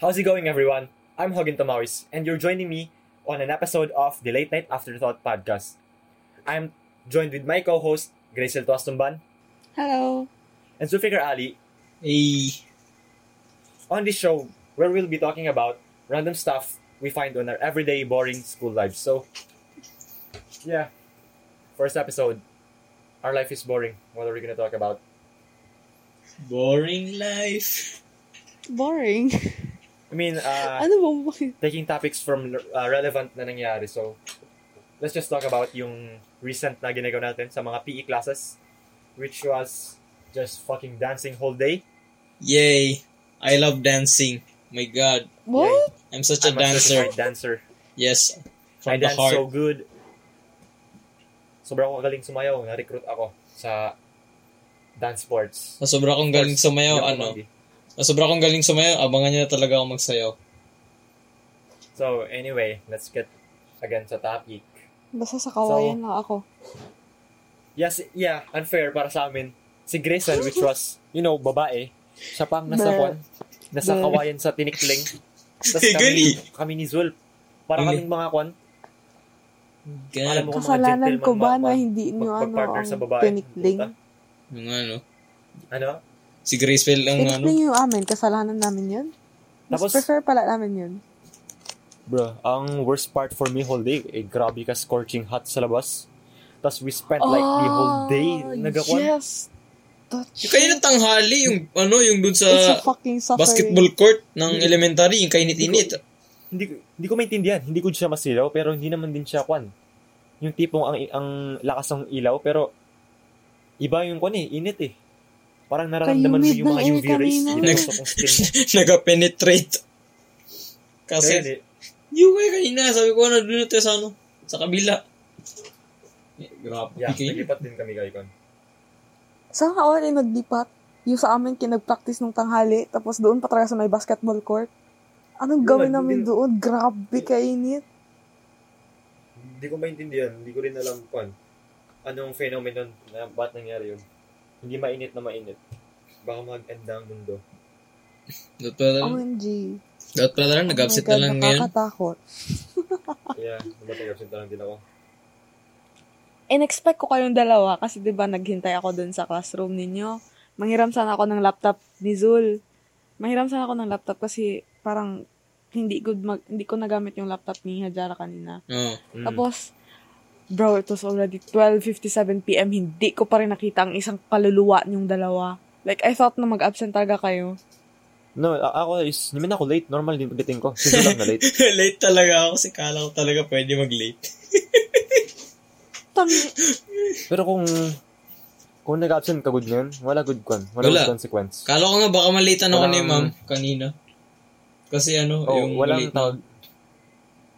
How's it going, everyone? I'm Hogan Tomawis, and you're joining me on an episode of the Late Night Afterthought podcast. I'm joined with my co-host, Gracel Tuastumban Hello. and Zulfikar Ali Hey. on this show where we'll be talking about random stuff we find on our everyday boring school lives. So, yeah, first episode, our life is boring. What are we gonna talk about? Boring life. Boring. I mean, uh, ano ba? taking topics from uh, relevant na nangyari. So, let's just talk about yung recent na ginagawa natin sa mga PE classes, which was just fucking dancing whole day. Yay. I love dancing. My god. What? I'm such a I'm dancer. certified dancer. Yes. I From the dance heart. so good. Sobrang magaling sumayaw. Na-recruit ako sa dance sports. Na sobra kong galing Sports. sumayaw, Hindi ako ano. kumandi. Na sobra kong galing sumayaw, abangan niyo na talaga ako magsayaw. So, anyway, let's get again sa topic. Basta sa kawayan So- lang ako. Yes, yeah, unfair para sa amin. Si Grayson, which was, you know, babae, siya pang nasa Bleh. kwan, nasa Bleh. kawayan sa tinikling. Tapos Hey, kami, gani. kami ni Zulp. Para Gani. kaming mga kwan, alam mo God. kung mga Kasalanan gentleman ko ba mga na kwan, hindi nyo ano magpag-partner sa ang babae. Diba? tinikling? Puta. Yung ano. Ano? Si Graceville ang ano. Tinikling yung amin. Kasalanan namin yun. Mas Tapos- prefer pala namin yun. Bro, ang worst part for me whole day, eh, grabe ka scorching hot sa labas. Tapos we spent like the whole day Oh, nagakwan. Ah, Yes. That Yung kanina shit. tanghali, yung ano, yung dun sa It's a fucking suffering. basketball court ng elementary, yung Mm. kainit-init. Hindi, ko- hindi ko maintindihan, hindi ko siya masilaw, pero hindi naman din siya kwan. Yung tipong ang, ang lakas ng ilaw, pero iba yung kwan eh, init eh. Parang nararamdaman mo Kayumid yung mga ng air UV rays. kanina. Hindi gusto kong skin. Nagapenetrate. Pero Kasi, hindi. Yung kaya kanina, sabi ko, ano, dun tayo sa ano, sa kabila. Eh, Grabe. Yeah, Okay. nilipat din kami kay Kon. Saan ka all naglipat? Yung sa amin, kinag-practice nung tanghali, tapos doon pa talaga sa may basketball court. Anong Yun, gawin hindi namin na- doon? Grabe kainit. Hindi ko maintindihan, hindi ko rin alam Kon. Anong phenomenon na ba't nangyari yun. Hindi mainit na mainit. Baka mag-end na ang mundo. Dapat pala Oh lang, OMG. dapat pala lang, nag-absent na lang ngayon. Oh Nakakatakot. Yeah, napag-absent na lang din ako. in-expect ko kayong dalawa kasi 'di ba naghintay ako dun sa classroom ninyo. Manghiram sana ako ng laptop ni Zul. Manghiram sana ako ng laptop kasi parang hindi good mag, hindi ko nagamit yung laptop ni Hajara kanina. Oo. Hmm. Mm. Tapos bro, it was already 12:57 PM. Hindi ko pa rin nakita ang isang kaluluwa niyong dalawa. Like I thought na mag-absent talaga kayo. No, a- ako is, naman ako late. Normal din pagdating ko. Sige lang na late. late talaga ako kasi kala ko talaga pwede mag-late. Tang Pero kung, kung nag-absent ka good nun, wala good con. Wala, Wala. good consequence. Kala ko nga baka malitan ako ni Walang- ma'am kanina. Kasi ano, Oo, yung walang late na. tawag.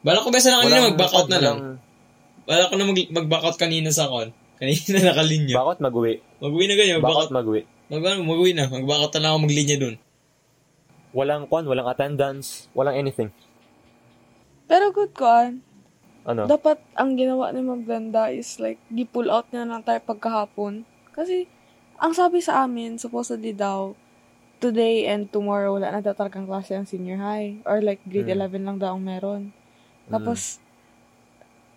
Bala ko ba sana kanina walang- mag-backout na lang. walang- Bala ko na mag- mag-backout kanina sa kon. Kanina nakalinya. Backout, mag-uwi. Mag-uwi na ganyan, Backout, mag-backout. mag-uwi. Mag- ano, mag-uwi na, mag-backout na lang ako maglinya dun. Walang con, walang attendance, walang anything. pero good ko ah. Ano? Dapat ang ginawa ni Ma'am Glenda is like, gi-pull out niya lang tayo pagkahapon. Kasi, ang sabi sa amin, supposedly daw, today and tomorrow, wala na daw talagang klase ang senior high. Or like, grade Mm. 11 lang daw ang meron. Mm. Tapos,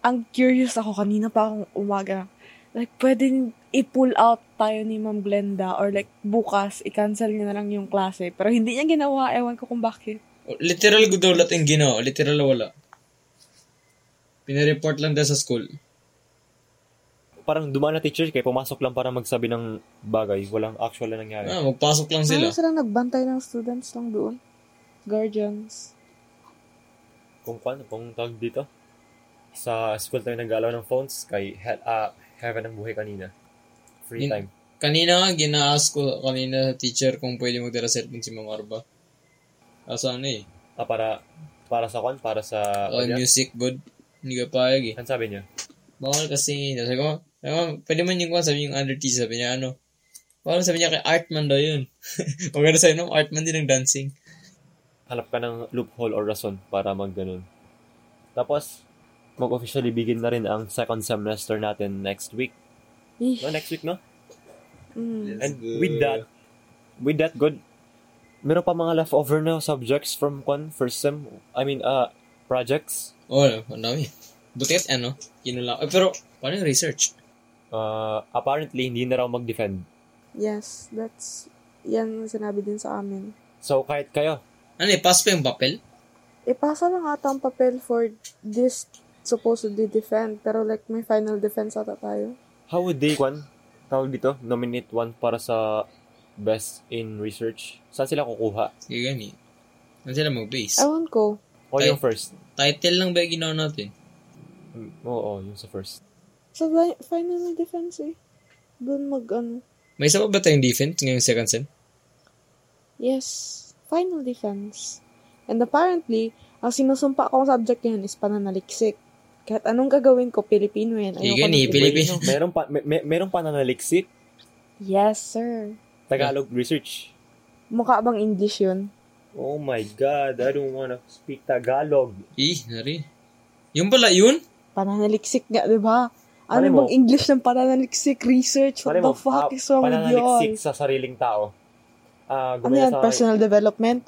ang curious ako, kanina pa akong umaga, like, pwede i-pull out tayo ni Ma'am Glenda or like, bukas, i-cancel niya na lang yung klase. Pero hindi niya ginawa, ewan ko kung bakit. Literal ko daw lahat yung ginawa. Literal na wala. Pinareport lang daw sa school. Parang dumaan na teacher, kaya pumasok lang para magsabi ng bagay. Walang actual na nangyari. Ah, magpasok lang sila. Ano sila nagbantay ng students lang doon? Guardians. Kung kwan, kung tawag dito. Sa school tayo nag-alaw ng phones, kay he- ah, Heaven ang buhay kanina. Free Yun- time. Kanina nga, gina-ask ko kanina sa teacher kung pwede magdala cellphone si Ma'am Arba. Kaso ano eh, Ah, para, para sa kwan, para sa... all music good. Hindi ka payag eh. Ano sabi niya? Bawal kasi, sabi ko, sabi ko, pwede man yung kung sabi yung under T, sabi niya ano. Bawal sabi niya kay Artman daw yun. Maganda sa'yo, no? Artman din ang dancing. hanap ka ng loophole or rason para magganon. Tapos, mag-officially begin na rin ang second semester natin next week. No, next week, no? Mm. And with that, with that, good. meron pa mga leftover na subjects from kwan, first sem, I mean, uh, projects. Oo, oh, ang dami. Buti at ano, kinula. Eh, pero, paano yung research? Uh, apparently, hindi na raw mag-defend. Yes, that's, yan ang sinabi din sa amin. So, kahit kayo, Ano eh, pass pa yung papel? Ipasa Eh, lang ata ang papel for this supposedly defend, pero like may final defense ata tayo. how would they, kwan, tawag dito, nominate one para sa best in research? Saan sila kukuha? Sige, gani. Ano sila mag-base? Ewan ko. O Ay. yung first? Title lang ba yung ginawa natin? Mm, Oo, yung sa first. Sa li- final defense eh. Doon mag ano. May isa pa ba tayong defense ngayong second sem? Yes, final defense. And apparently, ang sinusumpa kong subject ngayon is pananaliksik. Kahit anong gagawin ko, Pilipino yan. Ayoko Sige, ng ni iba. Pilipino. Meron pa, may, may- meron pa nanaliksik, Yes, sir. Tagalog research. Mukha bang English yun? Oh my God, I don't wanna speak Tagalog. Ih, nari. Yung pala, yun? Pananaliksik nga, di ba? Ano Malay mo. bang English ng pananaliksik? Research? What Pare the mo, ah, fuck is wrong with you all? pananaliksik sa sariling tao. Ah, Ano gumaya yan? sa Ah. Personal development?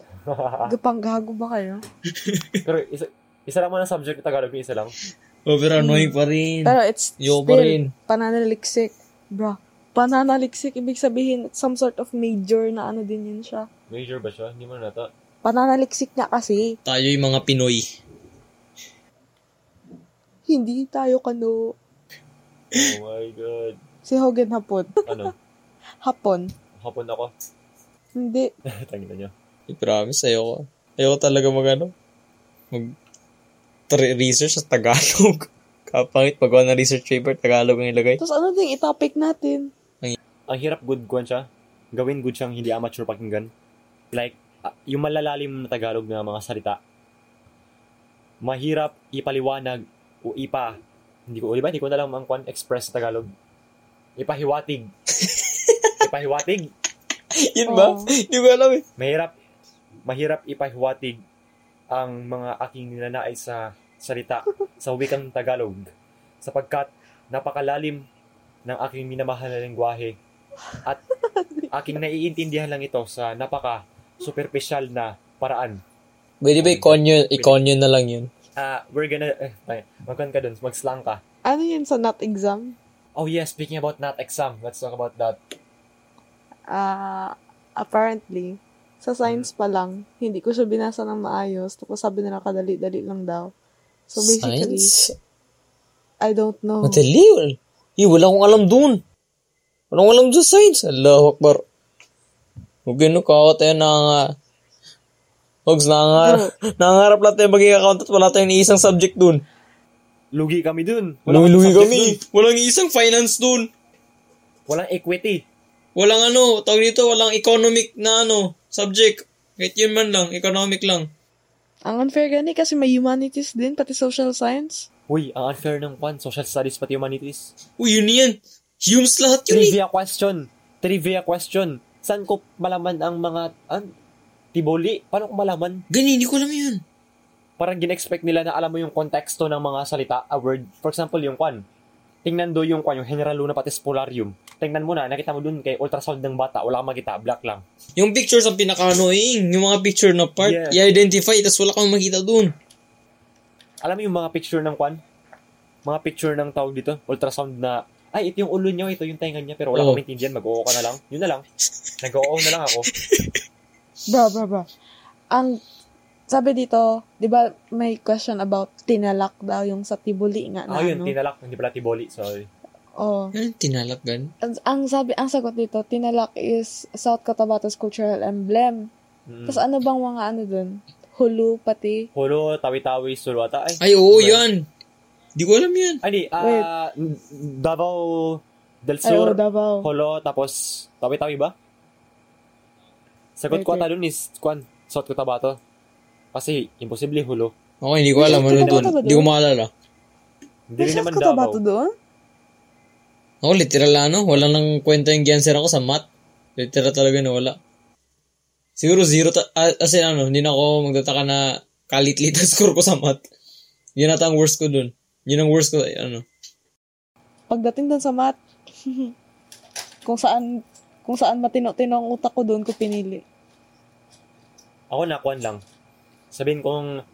Gapang gago ba kayo? Pero isa, isa lang muna subject ng Tagalog, yung isa lang. Oh, pero annoying pa rin. Pero it's Yo pa rin. still pananaliksik. Bro, pananaliksik, ibig sabihin, it's some sort of major na ano din yun siya. Major ba siya? Hindi mo na to. Pananaliksik nga kasi, Tayo yung mga Pinoy. hindi tayo kano. Oh my God. Si Hogan hapon. Ano? Hapon. Hapon ako. Hindi. Tangin na niyo. I promise, ayoko. Ayoko talaga mag ano, mag tre- research sa Tagalog. Kapangit, pagawa ng research paper, Tagalog ang ilagay. Tapos ano din, itopic natin. Ang hirap good kwan siya. Gawin good siyang hindi amateur pakinggan. Like, ah, yung malalalim na Tagalog na mga salita. Mahirap ipaliwanag o ipa. Hindi ko, di ba? Hindi ko na lang ang kwan express sa Tagalog. Ipahiwatig. ipahiwatig? Yun ba? Oo. Hindi ko alam eh. Mahirap, mahirap ipahiwatig ang mga aking ninanais sa salita sa wikang Tagalog sapagkat napakalalim ng aking minamahal na lingwahe at aking naiintindihan lang ito sa napaka superficial na paraan. Pwede ba i-conyo, i-conyo na lang yun? Ah, we're gonna, eh, ay, magkan ka dun, mag-slang ka. Ano yun sa not exam? Oh yes, speaking about not exam, let's talk about that. Ah, apparently, sa science Mm. pa lang, hindi ko siya binasa ng maayos. Tapos sabi nila kadali-dali lang daw. So basically, Science? I don't know. Madali. wal- Eh, wala akong alam dun. Wala akong alam sa science. Allahu Akbar. Huwag yun, kakao tayo na nga. Hugs, nangangarap, nangangarap lahat tayo maging account at wala tayong isang subject dun. Lugi kami dun. Walang Luluhi subject kami. dun. Walang isang finance dun. Walang equity. Walang ano, tawag dito, walang economic na ano, subject. Kahit yun man lang, economic lang. Ang unfair gani kasi may humanities din, pati social science. Uy, ang unfair ng kwan, social studies pati humanities. Uy, yun yan. Humes lahat yun eh. Trivia question. Trivia question. Saan ko malaman ang mga... An? Tiboli? Paano ko malaman? Gani, hindi ko alam yun. Parang gin-expect nila na alam mo yung konteksto ng mga salita, a word. For example, yung kwan. Tingnan do yung kwan, yung General Luna Patis Polarium. Tingnan mo na, nakita mo dun kay ultrasound ng bata, wala kang makita, black lang. Yung pictures ang pinaka-annoying. Yung mga picture na part, Yeah. i-identify, tas wala kang makita dun. Alam mo yung mga picture ng kwan? Mga picture ng tawag dito, ultrasound na, ay, ito yung ulo niya, ito yung tenga niya, pero wala Oo. akong maintindihan, mag-oo ka na lang. Yun na lang. Nag-oo na lang ako. Bra, bra, bra. Ang, sabi dito, di ba may question about tinalak daw yung sa Tibuli nga na Ah, yun, ano? tinalak, hindi pala tiboli, sorry. Oo. Ano yung tinalak gan? Ang, ang sabi, ang sagot dito, tinalak is South Cotabatos cultural emblem. Mm. Tapos ano bang mga ano dun? Hulu, pati. Hulo, tawi-tawi, sulwata. Ay, Ay, oo, Right. yan. Hindi ko alam yan. ay di, Wait. ah, n- Davao del Ay, Sur, oh, Davao. Hulo, tapos tawi-tawi ba? Sagot Wait, ko wait. ata dun is, kwan, South Cotabato. Kasi, imposible Hulo. Okay, hindi ko alam May ano tinalak dun. ba Hindi ko dun? maalala. Hindi May rin South naman Davao. Cotabato doon? Ako, literal na ano. Wala nang kwenta yung gianser ako sa math. Literal talaga na wala. Siguro zero, ta- a- as in ano, hindi na ako magtataka na kalitlit ang score ko sa math. Yun ata ang worst ko dun. Yun ang worst ko, ay, ano. Pagdating dun sa mat, kung saan, kung saan matino-tino ang utak ko doon ko pinili. Ako nakuan lang. Sabihin kong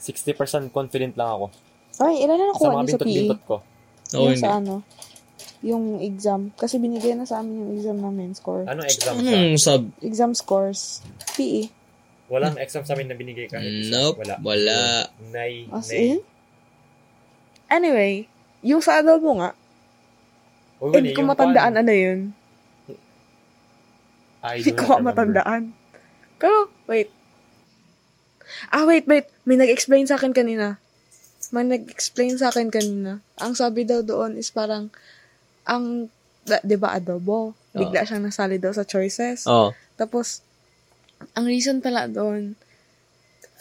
60% confident lang ako. Ay, ilan na sa nakuha mga niyo sa PE? bintot-bintot ko. Oo, yung hindi. sa ano? Yung exam. Kasi binigay na sa amin yung exam namin score. Anong Ano exam sa? Anong Hmm, sub? Exam scores. E. PE. Walang exam sa amin na binigay kahit isa. Nope. Wala. Wala. Nay. As nay. in? Anyway, yung sa adult mo nga, Uy, hindi ko matandaan ano yun. Hindi ko matandaan. Pero, wait. Ah, wait, wait. May nag-explain sa akin kanina. May nag-explain sa akin kanina. Ang sabi daw doon is parang, ang, da- di ba adobo? Bigla siyang nasali daw sa choices. Oo. Tapos, ang reason pala doon,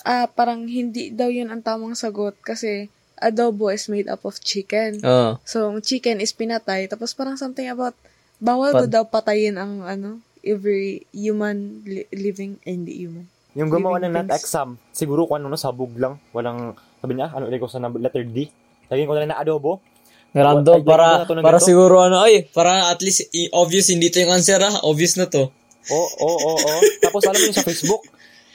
ah, parang hindi daw yun ang tamang sagot kasi adobo is made up of chicken. Oo. So, ang chicken is pinatay. Tapos, parang something about, bawal Pan- daw daw patayin ang, ano, every human li- living, eh, hindi human. Yung gumawa ng Living nat things. exam, siguro kung ano na sabog lang. Walang, sabi niya, ano ulit ko sa number- letter D. Lagyan ko na lang na adobo. Wala- Random para wala to ng para ganito? siguro ano ay para at least i- obvious hindi to yung answer ah obvious na to. Oo, oo, oo. oo. oh, Tapos alam mo yung sa Facebook,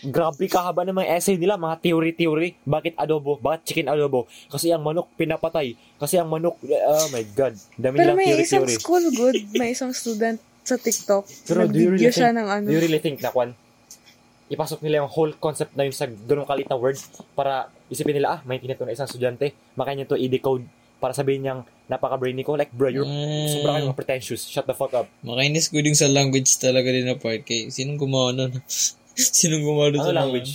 grabe kahaba ng mga essay nila, mga theory-theory. Bakit adobo? Bakit chicken adobo? Kasi ang manok pinapatay. Kasi ang manok, oh my God. Dami Pero nilang may isang theory-theory. school good, may isang student sa TikTok. Pero do you nag really siya think- ng ano. Do you really think na kwan? Ipasok nila yung whole concept na yun sa ganung kalit na word para isipin nila, ah, may tinito na isang estudyante, maka niya to i-decode para sabihin niyang napaka-brainy ko. Like, bro, you're Mm. sobrang kayong pretentious. Shut the fuck up. Makainis ko din sa language talaga din na part kay sinong gumawa nun? sinong gumawa dun Ano sa mga- language?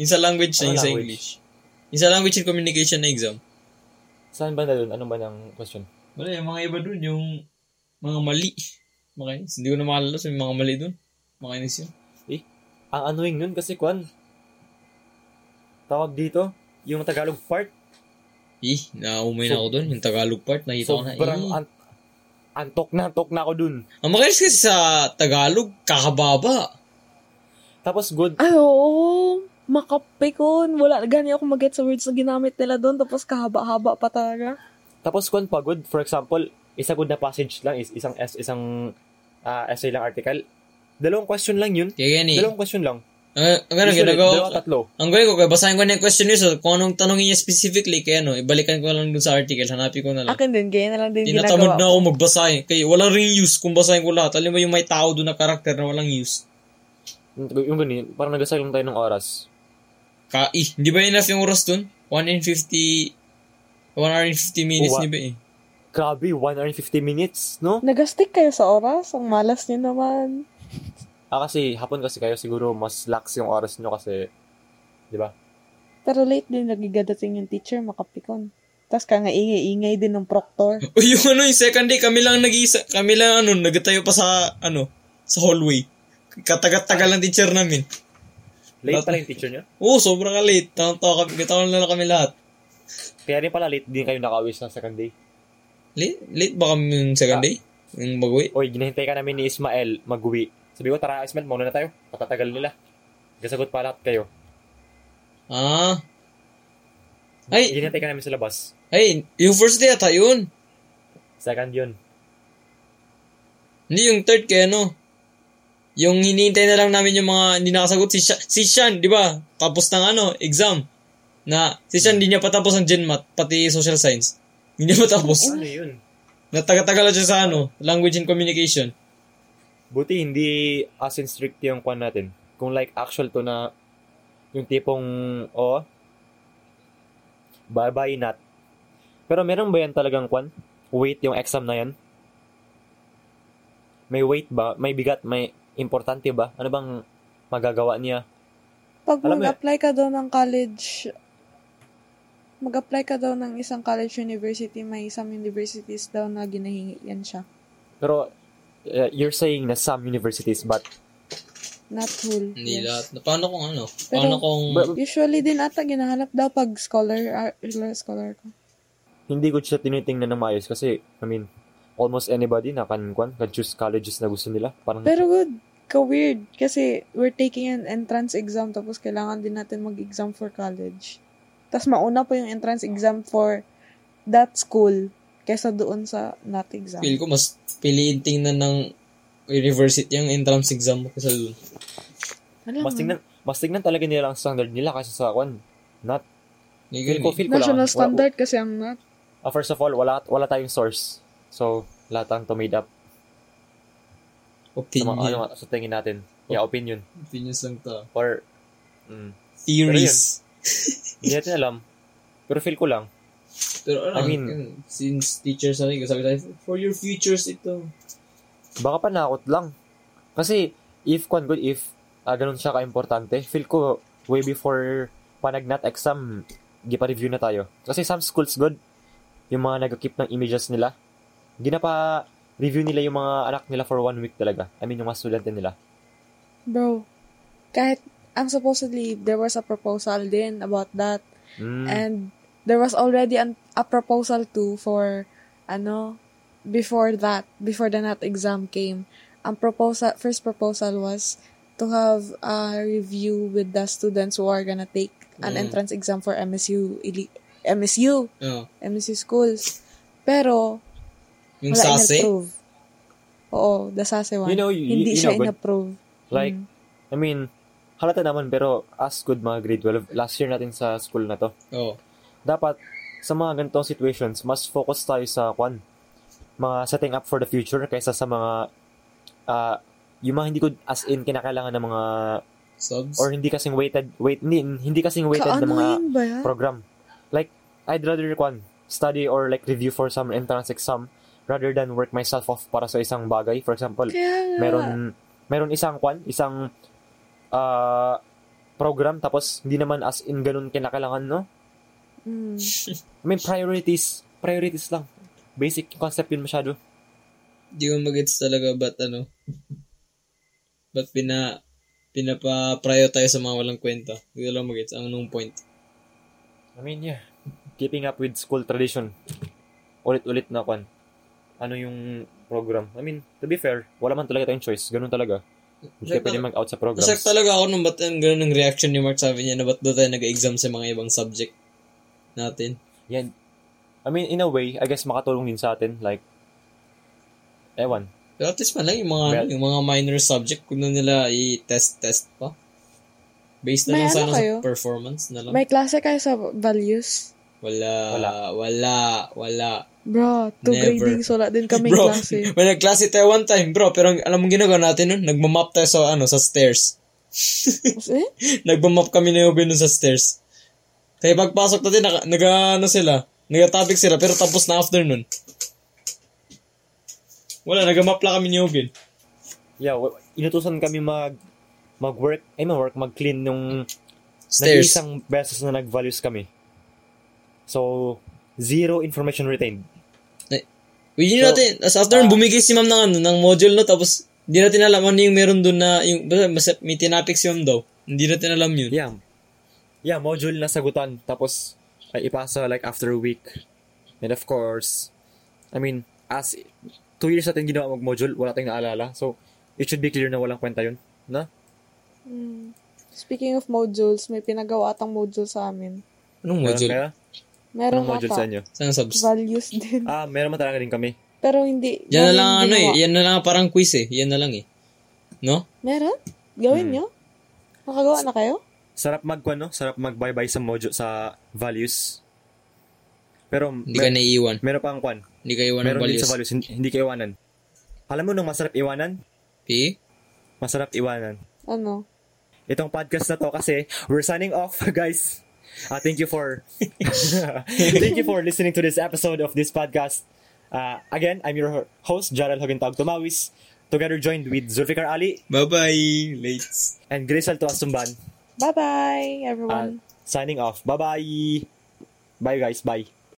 Yung sa language na Ano yung sa language? English. Yung sa language and communication na exam. uh, Saan ba na dun? Ano ba ng question? Wala yung mga iba dun yung mga mali. Makainis. Hindi ko na makalala sa mga mali dun. Makainis yun. Ang annoying nun kasi kwan, tawag dito, yung Tagalog part, Ih, naumay na ako dun. Yung Tagalog part, nakita ko na. sobrang eh. an- antok na antok na ako dun. Ang makainis kasi sa Tagalog, kakababa. Tapos good, Ay, oo. Makapikon. Wala, ganyan ako mag-get sa words na ginamit nila doon. Tapos, kahaba-haba pa talaga. Tapos kung pagod, for example, isa good na passage lang is isang es- isang ah, essay lang article. Dalawang question lang 'yun. Kaya yan eh. Dalawang question lang. Ang, ang ganun, Usually, ginagawa dalawa ko- tatlo. Ang gawin ko, kaya basahin ko na yung question niya. So, kung anong tanongin niya specifically, kaya ano, ibalikan ko lang dun sa article, hanapin ko na lang. Akin din, ganyan na lang din Tinatamad ginagawa. na ako magbasa eh. Kaya wala rin use kung basahin ko lahat. Alam mo yung may tao doon na karakter na walang use. Yung- Yung ganun, parang nagasayang tayo ng oras. Ka eh, hindi ba enough yung oras doon? 1 in 50... 1 hour and 50 minutes Uwa. ni ba eh. Grabe, 150 minutes, no? Nagastick kayo sa oras. Ang malas niyo naman. Ah, kasi hapon kasi kayo siguro mas lax yung oras nyo kasi, di ba? Pero late din nagigadating yung teacher, makapikon. Tapos ka nga ingay-ingay din ng proctor. Uy, yung ano, yung second day, kami lang nag-iisa, kami lang ano, nagtayo pa sa, ano, sa hallway. Katagat-tagal ang teacher namin. Late Bakit? pala yung teacher nyo. Oo, sobrang late. Tawang-tawa kami, gatawa na lang kami lahat. Kaya rin pala late din kayo nakawis ng second day. Late, late ba kami yung second day? Yung eh? bagoy? Oy, ginahintay ka namin ni Ismael mag-uwi. Sabi ko, tara Ismael, mauna na tayo. Patatagal nila. Gasagot pa lahat kayo. Ah. Ay, Ginahintay ka namin sa labas. ay, yung first day ata yun. Second yun. Hindi, yung third kaya ano. Yung hinihintay na lang namin yung mga hindi nakasagot. Si, Sha- si Shan, di ba? Tapos ng ano, exam. Na, si Shan, hindi niya patapos ang Gen Math, pati social science. Hindi niya matapos. Ano yun? Natagatagalan siya sa ano, language and communication. Buti hindi as in strict yung kwan natin. Kung like actual to na yung tipong, oh, bye-bye not. Pero meron ba yan talagang kwan? Weight yung exam na yan? May weight ba? May bigat? May importante ba? Ano bang magagawa niya? Pag Alam mo- mag-apply ka daw ng college, mag-apply ka daw ng isang college university, may some universities daw na ginahingi yan siya. Pero uh, you're saying na some universities but Not whole. Hindi yes. lahat. Paano kung ano? Pero- Paano kung... But- Usually din ata ginahanap daw pag scholar, ah, scholar ka. hindi ko siya tinitingnan ng maayos kasi I mean almost anybody na kan kwan can choose colleges na gusto nila. Parang Pero good, ka-weird. Kasi we're taking an entrance exam tapos kailangan din natin mag-exam for college. Tapos mauna pa yung entrance exam for that school kesa doon sa not exam. Feel ko mas piliin tingnan ng university ang entrance exam mo kasi Alam mas mo, tingnan mas tignan talaga nila ang standard nila kasi sa kwan. Not, feel Legal ko, eh. feel ko lang. National Wa- standard kasi ang not. ah, first of all, wala, wala tayong source. So, lahat ang to made up sa, mga, Opinion. ano, sa tingin natin. Yeah, opinion. Opinions lang to. Or, mm, Theories. hindi natin alam. Pero feel ko lang. Pero ano, I mean- yun, since teachers na rin, sabi tayo, for your futures ito. Baka panakot lang. Kasi, if kwan good, if ah, ganun siya ka-importante, feel ko, way before panagnat exam, gipa-review na tayo. Kasi some schools good, yung mga nag-keep ng images nila, ginapa review nila yung mga anak nila for one week talaga. I mean, yung mga estudyante nila. Bro, kahit, ang supposedly, there was a proposal din about that. Mm. And there was already an, a proposal too for, ano, before that, before the NAT exam came. Ang proposal, first proposal was to have a review with the students who are gonna take an Mm. entrance exam for MSU, ili- MSU, Oh, MSU schools. Pero, yung wala sase. in-approve. Oo, the sase E E? one. You know, you- you Hindi siya know, but- in-approve. Like, Mm. I mean, halata naman pero as good mga grade 12, last year natin sa school na to. Oh. Dapat, sa mga ganitong situations, mas focus tayo sa kwan, mga setting up for the future kaysa sa mga, ah, yung mga hindi ko as in kinakailangan ng mga, Subs. or hindi kasing weighted, wait, hindi, hindi kasing weighted ng mga Kaanoyin ba yan? program. Like, I'd rather kwan, study or like review for some entrance exam rather than work myself off para sa isang bagay. For example, Kaya nga. Mm. meron meron isang kwan, isang ah, program tapos hindi naman as in ganun kinakailangan, no? Mm. I mean, priorities, priorities lang. Basic concept yun masyado. Hindi ko magets talaga ba't ano. Ba't pina pinapa-prior tayo sa mga walang kwenta. Hindi ko lang magets ang nung point. I mean, yeah. Keeping up with school tradition. Ulit-ulit na kwan. Ano yung program. I mean, to be fair, wala man talaga tayong choice. Ganun talaga. Hindi ka Check pwede na- mag-out sa programs. Nasak talaga ako nung ba't ang ganun ang reaction ni Mark sabi niya na ba't daw tayo nag-exam sa mga ibang subject natin. Yan. I mean, in a way, I guess makatulong din sa atin. Like, ewan. Pero at least man lang yung mga, ano, Well- yung mga minor subject kung na nila i-test-test pa. Based na May lang ano sana kayo? sa performance na lang. May klase kayo sa values? Wala, Wala. wala, wala, Bro, two Never. gradings, wala din kami bro, klase. may nagklase tayo one time, bro. Pero ang- alam mo ginagawa natin nun? Nagmamap tayo sa, ano, sa stairs. eh? Nagmamap kami ni Obin nun sa stairs. Kaya pagpasok natin, naka, naga, ano sila, nagatopic sila, pero tapos na afternoon. Wala, nagamap lang kami ni Obin. Yeah, wa- inutusan kami mag mag-work, ay mag-work, mag-clean nung Stairs. nag-isang beses na nag-values kami. So, zero information retained. Uy, So, yun ah. natin. As after, bumigay si ma'am ng, ano, ng module, no? Tapos, hindi natin alam ano yung meron doon na, yung, basta- basta may tinapik si ma'am daw. Hindi natin alam yun. Yeah. Yeah, module na sagutan. Tapos, ay ipasa like after a week. And of course, I mean, as two years natin ginawa mag-module, wala tayong naalala. So, it should be clear na walang kwenta yun. Na? Mm. Speaking of modules, may pinagawa atang module sa amin. Anong Meron module? kaya? Meron Anong module ata. sa inyo? Saan subs? Values din. Ah, meron man talaga din kami. Pero hindi. Yan na namin lang ang ano eh. ginawa. Yan na lang ang parang quiz eh. Yan na lang eh. No? Meron? Gawin Hmm. nyo? Nakagawa na kayo? Sarap mag, ano? Sarap mag-bye-bye sa module, sa values. Pero, Hindi ka mer- naiiwan. meron pa ang kwan. Hindi ka iwan ng Meron din values. sa values, hindi, hindi ka iwanan. Alam mo nung masarap iwanan? P? Masarap iwanan. Ano? itong podcast na to kasi we're signing off, guys. Uh, thank you for thank you for listening to this episode of this podcast. Uh, again, I'm your ho- host, Jarel Hogentag Tumawis, together joined with Zulfikar Ali Bye-bye. Lates. and Grisel Tuasumban, Ah, Bye-bye, everyone. signing off. Bye-bye! Bye, guys. Bye.